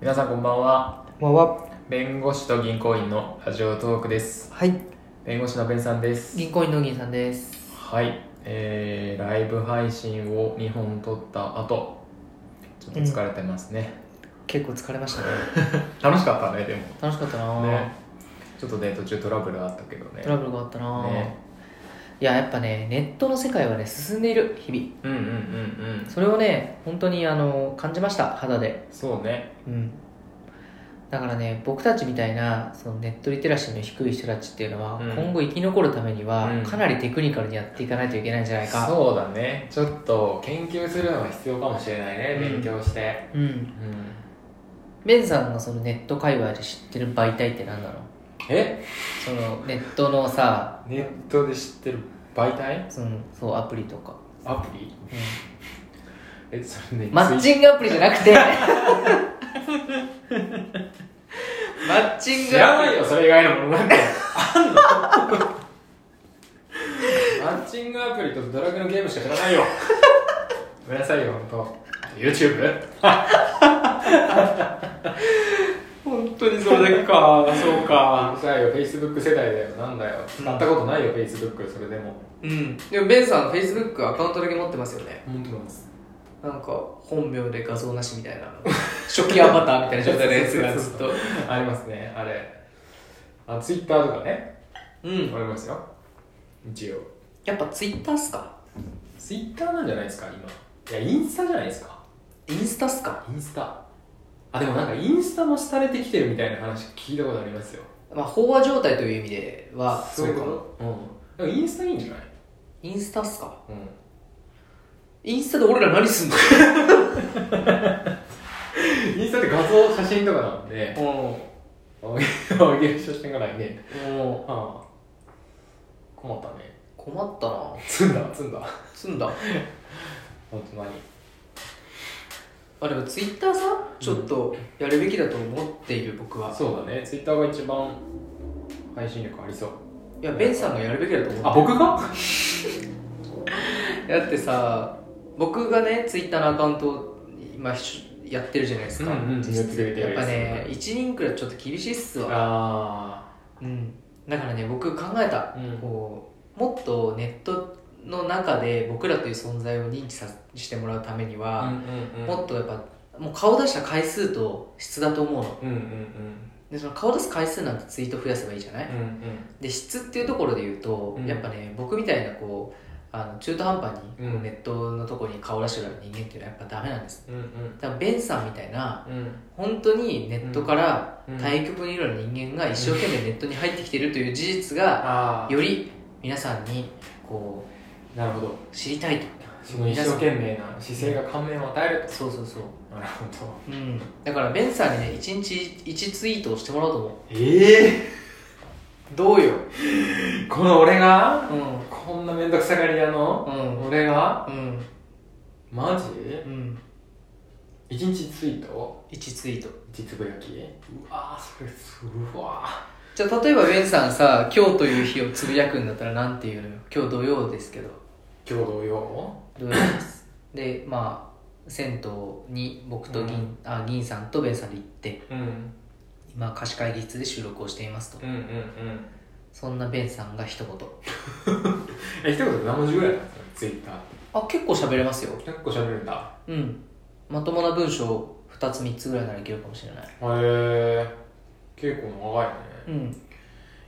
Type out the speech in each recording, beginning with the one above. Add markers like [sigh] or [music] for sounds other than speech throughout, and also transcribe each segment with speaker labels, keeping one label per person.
Speaker 1: 皆さんこんばんは
Speaker 2: こんばんは。
Speaker 1: 弁護士と銀行員のラジオトークです
Speaker 2: はい。
Speaker 1: 弁護士の弁さんです
Speaker 2: 銀行員の銀さんです。
Speaker 1: はいえー、ライブ配信を2本撮った後ちょっと疲れてますね、
Speaker 2: 結構疲れましたね。
Speaker 1: 楽しかったねでも
Speaker 2: 楽しかったな、
Speaker 1: ねちょっとね途中トラブルあったけどね
Speaker 2: トラブルがあったな、
Speaker 1: ね
Speaker 2: いや、やっぱね、ネットの世界はね、進んでいる、日々。
Speaker 1: うんうんうんうん
Speaker 2: それをね、本当にあの感じました、肌で。
Speaker 1: そうね
Speaker 2: うん。だからね、僕たちみたいなそのネットリテラシーの低い人たちっていうのは、
Speaker 1: うん
Speaker 2: 今後生き残るためには、
Speaker 1: うん
Speaker 2: かなりテクニカルにやっていかないといけないんじゃないか。
Speaker 1: そうだねちょっと研究するのが必要かもしれないね、
Speaker 2: うん
Speaker 1: 勉強して
Speaker 2: うん
Speaker 1: う。ん
Speaker 2: ベンさんがそのネット界隈で知ってる媒体って何なの
Speaker 1: え
Speaker 2: そのネットのさ、
Speaker 1: ネットで知ってる媒体
Speaker 2: そのそうアプリとか。
Speaker 1: アプリ
Speaker 2: うん
Speaker 1: えそれね
Speaker 2: マッチングアプリじゃな
Speaker 1: [laughs]
Speaker 2: くてマッチン
Speaker 1: 知
Speaker 2: グア
Speaker 1: ら
Speaker 2: プ
Speaker 1: ないよそれ以外のもの [laughs] なんてマッチングアプリとドラクエのゲームしか知らないよごめんなさいよ本当 YouTube?
Speaker 2: 本当にそれだけかそう
Speaker 1: あのさよ Facebook 世代だよなんだよ使ったことないよ Facebook それでも
Speaker 2: うんでもベンさんフェイスブックアカウントだけ持ってますよね
Speaker 1: 本当なんです
Speaker 2: なんか本名で画像なしみたいな初期アバターみたいな状態の
Speaker 1: [laughs]
Speaker 2: やつがずっと
Speaker 1: ありますねあれあ Twitter とかね
Speaker 2: うん
Speaker 1: ありますよ一応
Speaker 2: やっぱツイッターっすか
Speaker 1: Twitter なんじゃないですか今いやインスタじゃないですか
Speaker 2: インスタっすか
Speaker 1: インスタあでもなんかインスタも廃れてきてるみたいな話聞いたことありますよ
Speaker 2: まあ飽和状態という意味ではかも
Speaker 1: とうんでもインスタいいんじゃない
Speaker 2: インスタっすか
Speaker 1: うん
Speaker 2: インスタで俺ら何すんの
Speaker 1: インスタって画像写真とかなんであげる写真がないね
Speaker 2: うんもう
Speaker 1: ああ困ったね
Speaker 2: 困ったな
Speaker 1: 積んだ積んだ
Speaker 2: 積んだ
Speaker 1: 本当に
Speaker 2: あでもツイッターさちょっとやるべきだと思っている僕は、
Speaker 1: そうだねツイッターが一番配信力ありそう
Speaker 2: いやベンさんがやるべきだと思って
Speaker 1: あ僕が
Speaker 2: だってさ僕がねツイッターのアカウントを今しやってるじゃないですか、
Speaker 1: うんうん
Speaker 2: 実質
Speaker 1: やってるや
Speaker 2: や
Speaker 1: っ
Speaker 2: って
Speaker 1: る
Speaker 2: ぱね
Speaker 1: や
Speaker 2: 1人くらいちょっと厳しいっすわ
Speaker 1: あ
Speaker 2: うんだからね僕考えた
Speaker 1: あうん
Speaker 2: こうもっとネットの中で僕らという存在を認知さしてもらうためには、
Speaker 1: うん
Speaker 2: もっとやっぱもう顔出した回数と質だと思うの
Speaker 1: うんうんうん
Speaker 2: でその顔出す回数なんてツイート増やせばいいじゃない、
Speaker 1: うんうん
Speaker 2: で質っていうところで言うと、
Speaker 1: うん
Speaker 2: やっぱね僕みたいなこうあの中途半端にこう
Speaker 1: うん
Speaker 2: ネットのとこに顔出してる人間っていうのはやっぱダメなんです
Speaker 1: うんうん
Speaker 2: だからベンさんみたいな
Speaker 1: うん
Speaker 2: 本当にネットから
Speaker 1: うん
Speaker 2: 対局にいるような人間が一生懸命ネットに入ってきてるという事実
Speaker 1: あ
Speaker 2: がより皆さんにこ
Speaker 1: あなるほど
Speaker 2: う知りたいと
Speaker 1: その一生懸命な姿勢が感銘を与える
Speaker 2: そうそうそう
Speaker 1: となるほど
Speaker 2: うんだからベンさんにね1日1ツイートをしてもらおうと思う
Speaker 1: ええ
Speaker 2: どうよ
Speaker 1: この俺が
Speaker 2: うん
Speaker 1: こんな面倒くさがり屋の
Speaker 2: うん
Speaker 1: 俺が
Speaker 2: うん
Speaker 1: マジ
Speaker 2: うん
Speaker 1: 一日ツイート
Speaker 2: 1ツイート
Speaker 1: 一つぶやきうわーそれすうわ
Speaker 2: じゃあ例えばベンさんさ今日という日をつぶやくんだったらなんて言うのよ今日土曜ですけど
Speaker 1: ー今日同様
Speaker 2: 土曜
Speaker 1: [laughs]
Speaker 2: ですでまあ銭湯に僕と銀,、
Speaker 1: うん
Speaker 2: あ銀さんとベンさんで行って
Speaker 1: うん
Speaker 2: 今貸し会議室で収録をしていますと
Speaker 1: うんうんうん
Speaker 2: そんなベンさんが一言
Speaker 1: え一言で何文字ぐらいなんですかツイッター
Speaker 2: あ結構喋れますよ
Speaker 1: 結構喋るんだ
Speaker 2: うんまともな文章2つ3つぐらいならいけるかもしれない
Speaker 1: へえ結構長いね
Speaker 2: うん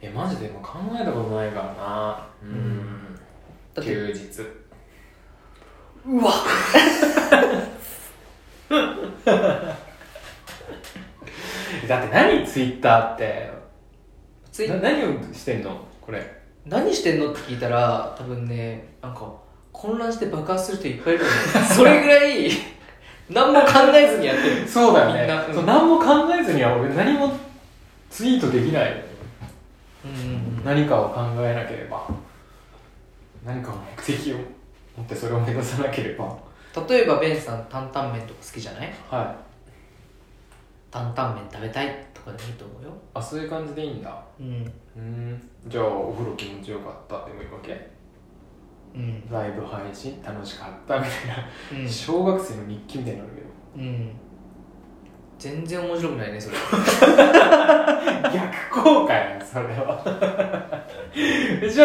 Speaker 1: えマジでもう考えたことないからなうんん
Speaker 2: だって
Speaker 1: 休日
Speaker 2: うわ
Speaker 1: [laughs] だって何ツイッターって
Speaker 2: ツイ
Speaker 1: な何をしてんのこれ
Speaker 2: 何してんのって聞いたら多分ねなんか混乱して爆発する人いっぱいいるよね
Speaker 1: [laughs]
Speaker 2: それぐらい何も考えずにやってる
Speaker 1: そうだよね
Speaker 2: みんなうん
Speaker 1: そう何も考えずには俺何もツイートできない
Speaker 2: うんうんうん
Speaker 1: 何かを考えなければ何かの目的を持ってそれを目指さなければ
Speaker 2: 例えばベンさん担々麺とか好きじゃない
Speaker 1: はい
Speaker 2: 担々麺食べたいとかでもいいと思うよ
Speaker 1: あそういう感じでいいんだ
Speaker 2: うん
Speaker 1: うんじゃあお風呂気持ちよかったでもいいわけ
Speaker 2: うん
Speaker 1: ライブ配信楽しかったみたいな、
Speaker 2: うん
Speaker 1: 小学生の日記みたいになるけど
Speaker 2: うん全然面白くないねそれ
Speaker 1: 逆効果やそれはじゃあじゃあじゃあじ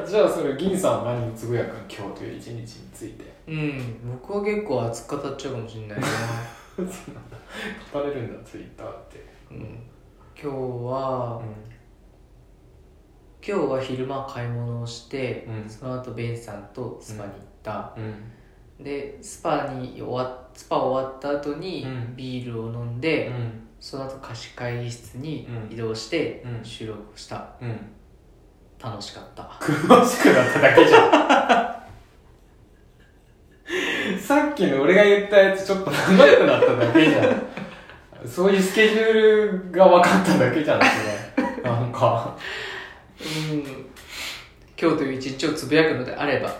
Speaker 1: ゃあじゃあそれ銀さんは何をつぶやくん今日という一日について
Speaker 2: うん僕は結構熱く語っちゃうかもしれ [laughs] ないな、
Speaker 1: そうなんだ語れるんだツイッターって
Speaker 2: うん、今日は今日は昼間買い物をして、
Speaker 1: うん
Speaker 2: その後ベンさんとスパに行った、
Speaker 1: うん
Speaker 2: でスパに終わスパ終わった後に
Speaker 1: うん
Speaker 2: ビールを飲ん
Speaker 1: う
Speaker 2: で、
Speaker 1: ん
Speaker 2: その後貸し会議室に
Speaker 1: うん
Speaker 2: 移動して
Speaker 1: うん
Speaker 2: 収録をした、
Speaker 1: うん
Speaker 2: 楽しかった
Speaker 1: 楽しくなっただけじゃんさっきの俺が言ったやつちょっと長くなっただけじゃんそういうスケジュールが分かっただけじゃんそれなんか
Speaker 2: うん今日という一日をつぶやくのであれば
Speaker 1: う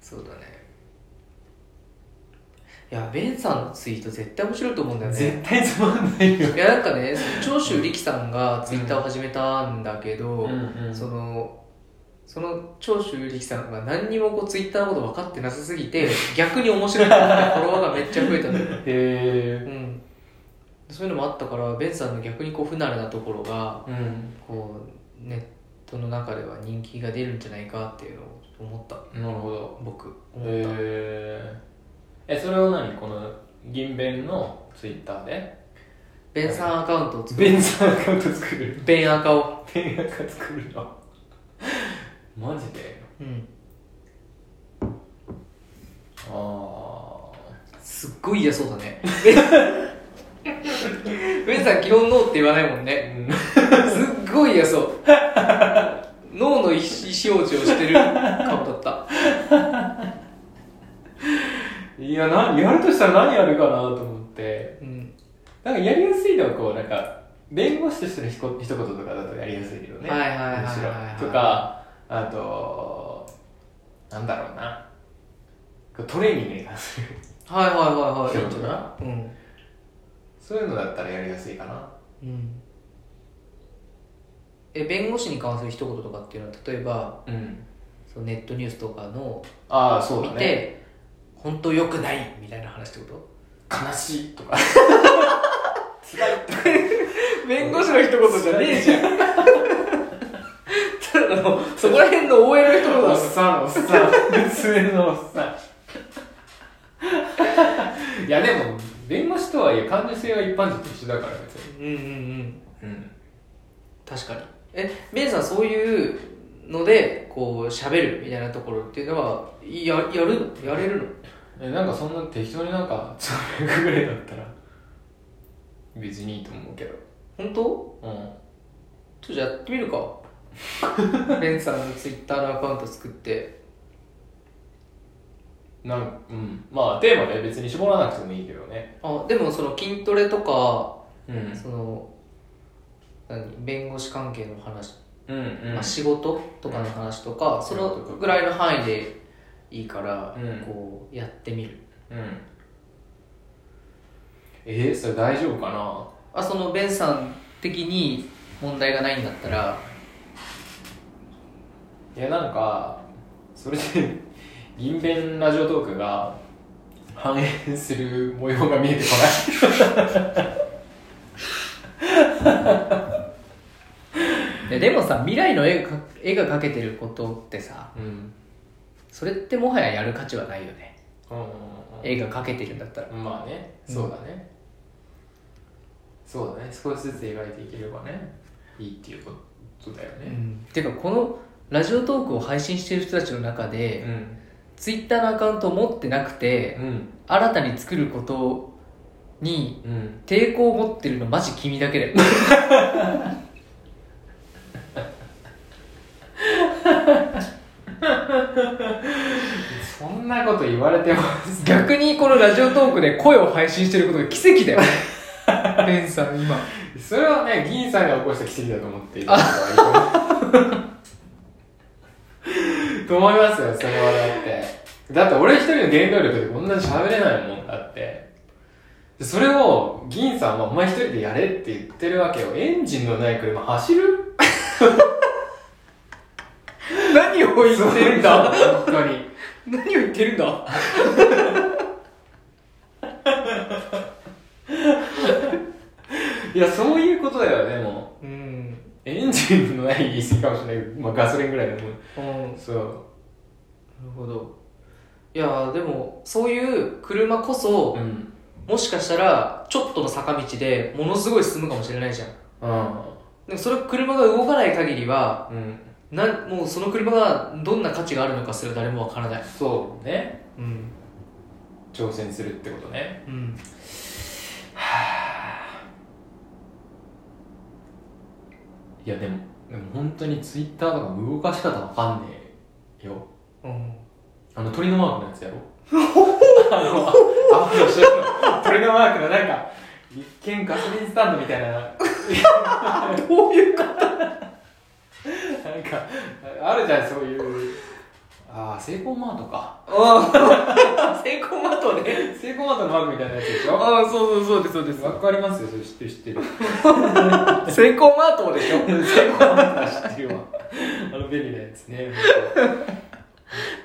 Speaker 2: そうだねいやベンさんのツイート絶対面白いと思うんだよ
Speaker 1: ん
Speaker 2: ね
Speaker 1: 絶対つまんないよ
Speaker 2: いやなんかねその長州力さんがツイッターを始めたんだけど、
Speaker 1: うん
Speaker 2: そのその長州力さんが何にもこうツイッターのこと分かってなさすぎて逆に面白いって思 [laughs] ってフォロワーがめっちゃ増えたのよ、
Speaker 1: へ
Speaker 2: うん、そういうのもあったからベンさんの逆にこう不慣れなところが
Speaker 1: ーうん
Speaker 2: こうネットの中では人気が出るんじゃないかっていうのを思った
Speaker 1: なるほど
Speaker 2: 僕思った、
Speaker 1: へええそれを何この銀弁のツイッターで
Speaker 2: ベンさんアカウントを作る
Speaker 1: ベンさんアカウント作る
Speaker 2: ベンアカを
Speaker 1: ベンアカ作るのマジで
Speaker 2: うん
Speaker 1: ああ
Speaker 2: すっごい嫌そうだね。 [laughs] ベンさん基本ノーって言わないもんね。すっごい嫌そう。脳の意思表示をしてる顔だった。
Speaker 1: [laughs] いやなやるとしたら何やるかなと思って
Speaker 2: うん。
Speaker 1: なんかやりやすいのはこうなんか弁護士としてのひこ一言とかだとやりやすいけどね
Speaker 2: はいはいはいはいはい
Speaker 1: むしろとかあとなんだろうなこうトレーニングに関する [laughs]
Speaker 2: はいはいはいはい。
Speaker 1: そういうことな
Speaker 2: うん。
Speaker 1: そういうのだったらやりやすいかな
Speaker 2: うん。え、弁護士に関する一言とかっていうのは、例えば、
Speaker 1: うん
Speaker 2: そのネットニュースとかの
Speaker 1: ああそう
Speaker 2: 見
Speaker 1: だ
Speaker 2: て、
Speaker 1: ね
Speaker 2: 本当良くないみたいな話ってこと
Speaker 1: 悲しいとか辛いとか
Speaker 2: [laughs] 弁護士の一言じゃねえじゃん。 [laughs] ただの、そこら辺の OL の一言
Speaker 1: [laughs] おっ
Speaker 2: だもん
Speaker 1: さんおっさん普通のおっさんいやでも弁護士とはいえ感受性は一般人と一緒だから別に
Speaker 2: うんうんうん
Speaker 1: うん
Speaker 2: 確かにえメイさんそういうのでこう喋るみたいなところっていうのはややるのやれるの
Speaker 1: えなんかそんな適当になんかつぶやくぐらいだったら別にいいと思うけど
Speaker 2: 本当
Speaker 1: うん
Speaker 2: ちょっとやってみる [laughs] かベンさんのツイッターのアカウント作って
Speaker 1: なんうんまあテーマで別に絞らなくてもいいけどね
Speaker 2: あでもその筋トレとか
Speaker 1: うん
Speaker 2: その何弁護士関係の話、
Speaker 1: うんうん
Speaker 2: まあ、仕事とかの話とか、そのぐらいの範囲でいいから、
Speaker 1: うん
Speaker 2: こうやってみる
Speaker 1: うんえー、それ大丈夫かな
Speaker 2: あそのベンさん的に問題がないんだったら
Speaker 1: いやなんかそれで [laughs] 銀弁ラジオトークが反映する模様が見えてこ [laughs]
Speaker 2: いやでもさ未来の絵がか絵が描けてることってさ
Speaker 1: ないうん
Speaker 2: それってもはややる価値はないよね
Speaker 1: うんうん
Speaker 2: 絵が描けてるんだったら
Speaker 1: うんまあね
Speaker 2: うん
Speaker 1: そうだね、そうだね少しずつ描いていければねいいっていうことだよ
Speaker 2: う
Speaker 1: ね
Speaker 2: んてかこのラジオトークを配信してる人たちの中
Speaker 1: う
Speaker 2: で、
Speaker 1: ん
Speaker 2: ツイッターのアカウントを持ってなくて、
Speaker 1: うん
Speaker 2: 新たに作ることに
Speaker 1: うん
Speaker 2: 抵抗を持ってるのマジ君だけだよ
Speaker 1: そんなこと言われてます
Speaker 2: 逆にこのラジオトークで声を配信してることが奇跡だ [laughs] よベンさん今
Speaker 1: それはね議員さんが起こした奇跡だと思っていただ [laughs] ければいいと思うと思いますよそれはだってだって俺一人の原動力でこんなに喋れないもんだってでそれを議員さんはお前一人でやれって言ってるわけよエンジンのない車走る
Speaker 2: 何を言
Speaker 1: そう
Speaker 2: ってるん
Speaker 1: だ
Speaker 2: だ
Speaker 1: 本当に
Speaker 2: 何を言ってるんだ
Speaker 1: いや、そういうことだよ、でも。
Speaker 2: うん
Speaker 1: エンジンのない言い過ぎかもしれないけど、まあガソリンぐらいのもん。
Speaker 2: うん
Speaker 1: そ
Speaker 2: なるほどいやーでもそういう車こ
Speaker 1: う。
Speaker 2: そ
Speaker 1: うん。うん。
Speaker 2: もしかしたらちょっとの坂道でものすごい進むかもしれないじゃんでもそれ車が動かない限りは
Speaker 1: うん。
Speaker 2: なんもうその車がどんな価値があるのかすら誰もわからない
Speaker 1: そうね。
Speaker 2: うん
Speaker 1: 挑戦するってことね。
Speaker 2: うん
Speaker 1: いやでもでも本当にツイッターとか動かし方わかんねえよ
Speaker 2: うん
Speaker 1: あの鳥のマークのやつやろ [laughs] あのアップロードしてるの鳥のマークのなんか一見ガソリンスタンドみたいななんか
Speaker 2: どういうか
Speaker 1: あるじゃんそういうああセイコーマートか
Speaker 2: ああ [laughs] セイコーマートね
Speaker 1: セイコーマートのマークみたいなやつでしょ
Speaker 2: ああそうそうそうですそうで
Speaker 1: わかりますよそれ知ってる知ってる
Speaker 2: すセイコーマートもでしょ
Speaker 1: セイコーマートは知ってるわあの便利なやつね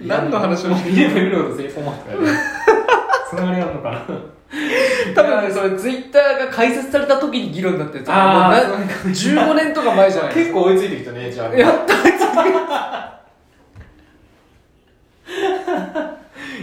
Speaker 2: 何の話を
Speaker 1: してる見れば見るほどセイコーマートやるつながりあんのかな
Speaker 2: 多分ねそれツイッターが開設された時に議論になってる
Speaker 1: あー
Speaker 2: もうな15年とか前じゃない
Speaker 1: 結構追いついてきたねじゃあ
Speaker 2: やった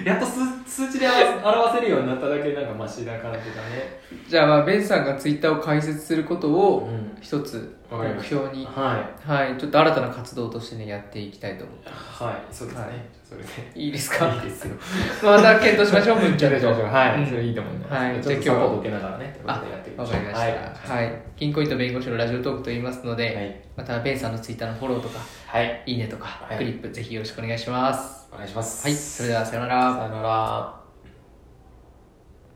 Speaker 1: やっと数数値で表表せるようになっただけなんかマシな感じだね
Speaker 2: じゃあまあベンさんがツイッターを開設することを
Speaker 1: ん
Speaker 2: 一つ
Speaker 1: わかりま
Speaker 2: 目
Speaker 1: し
Speaker 2: 標に
Speaker 1: は
Speaker 2: はいちょっと新たな活動としてねやっていきたいと思
Speaker 1: いはいそうですね、
Speaker 2: はい
Speaker 1: それで
Speaker 2: ういいです
Speaker 1: いい
Speaker 2: か
Speaker 1: ですよ
Speaker 2: また検討しま
Speaker 1: [laughs]
Speaker 2: しょうむっちゃんと
Speaker 1: はい、
Speaker 2: うん
Speaker 1: それいいと思います、
Speaker 2: はい
Speaker 1: ちょっと
Speaker 2: じゃあ
Speaker 1: サポ
Speaker 2: 今日は
Speaker 1: ート受けながらね
Speaker 2: あ
Speaker 1: やっていき
Speaker 2: わ
Speaker 1: まし
Speaker 2: か
Speaker 1: ょう
Speaker 2: りましたはい、銀行員と弁護士のラジオトークと言いますので、
Speaker 1: はい
Speaker 2: またベンさんのツイッターのフォローとか
Speaker 1: はい、はい、
Speaker 2: いいねとか、
Speaker 1: はい
Speaker 2: クリップぜひよろしくお願いします
Speaker 1: お願いします
Speaker 2: はいそれではさようなら
Speaker 1: さよなら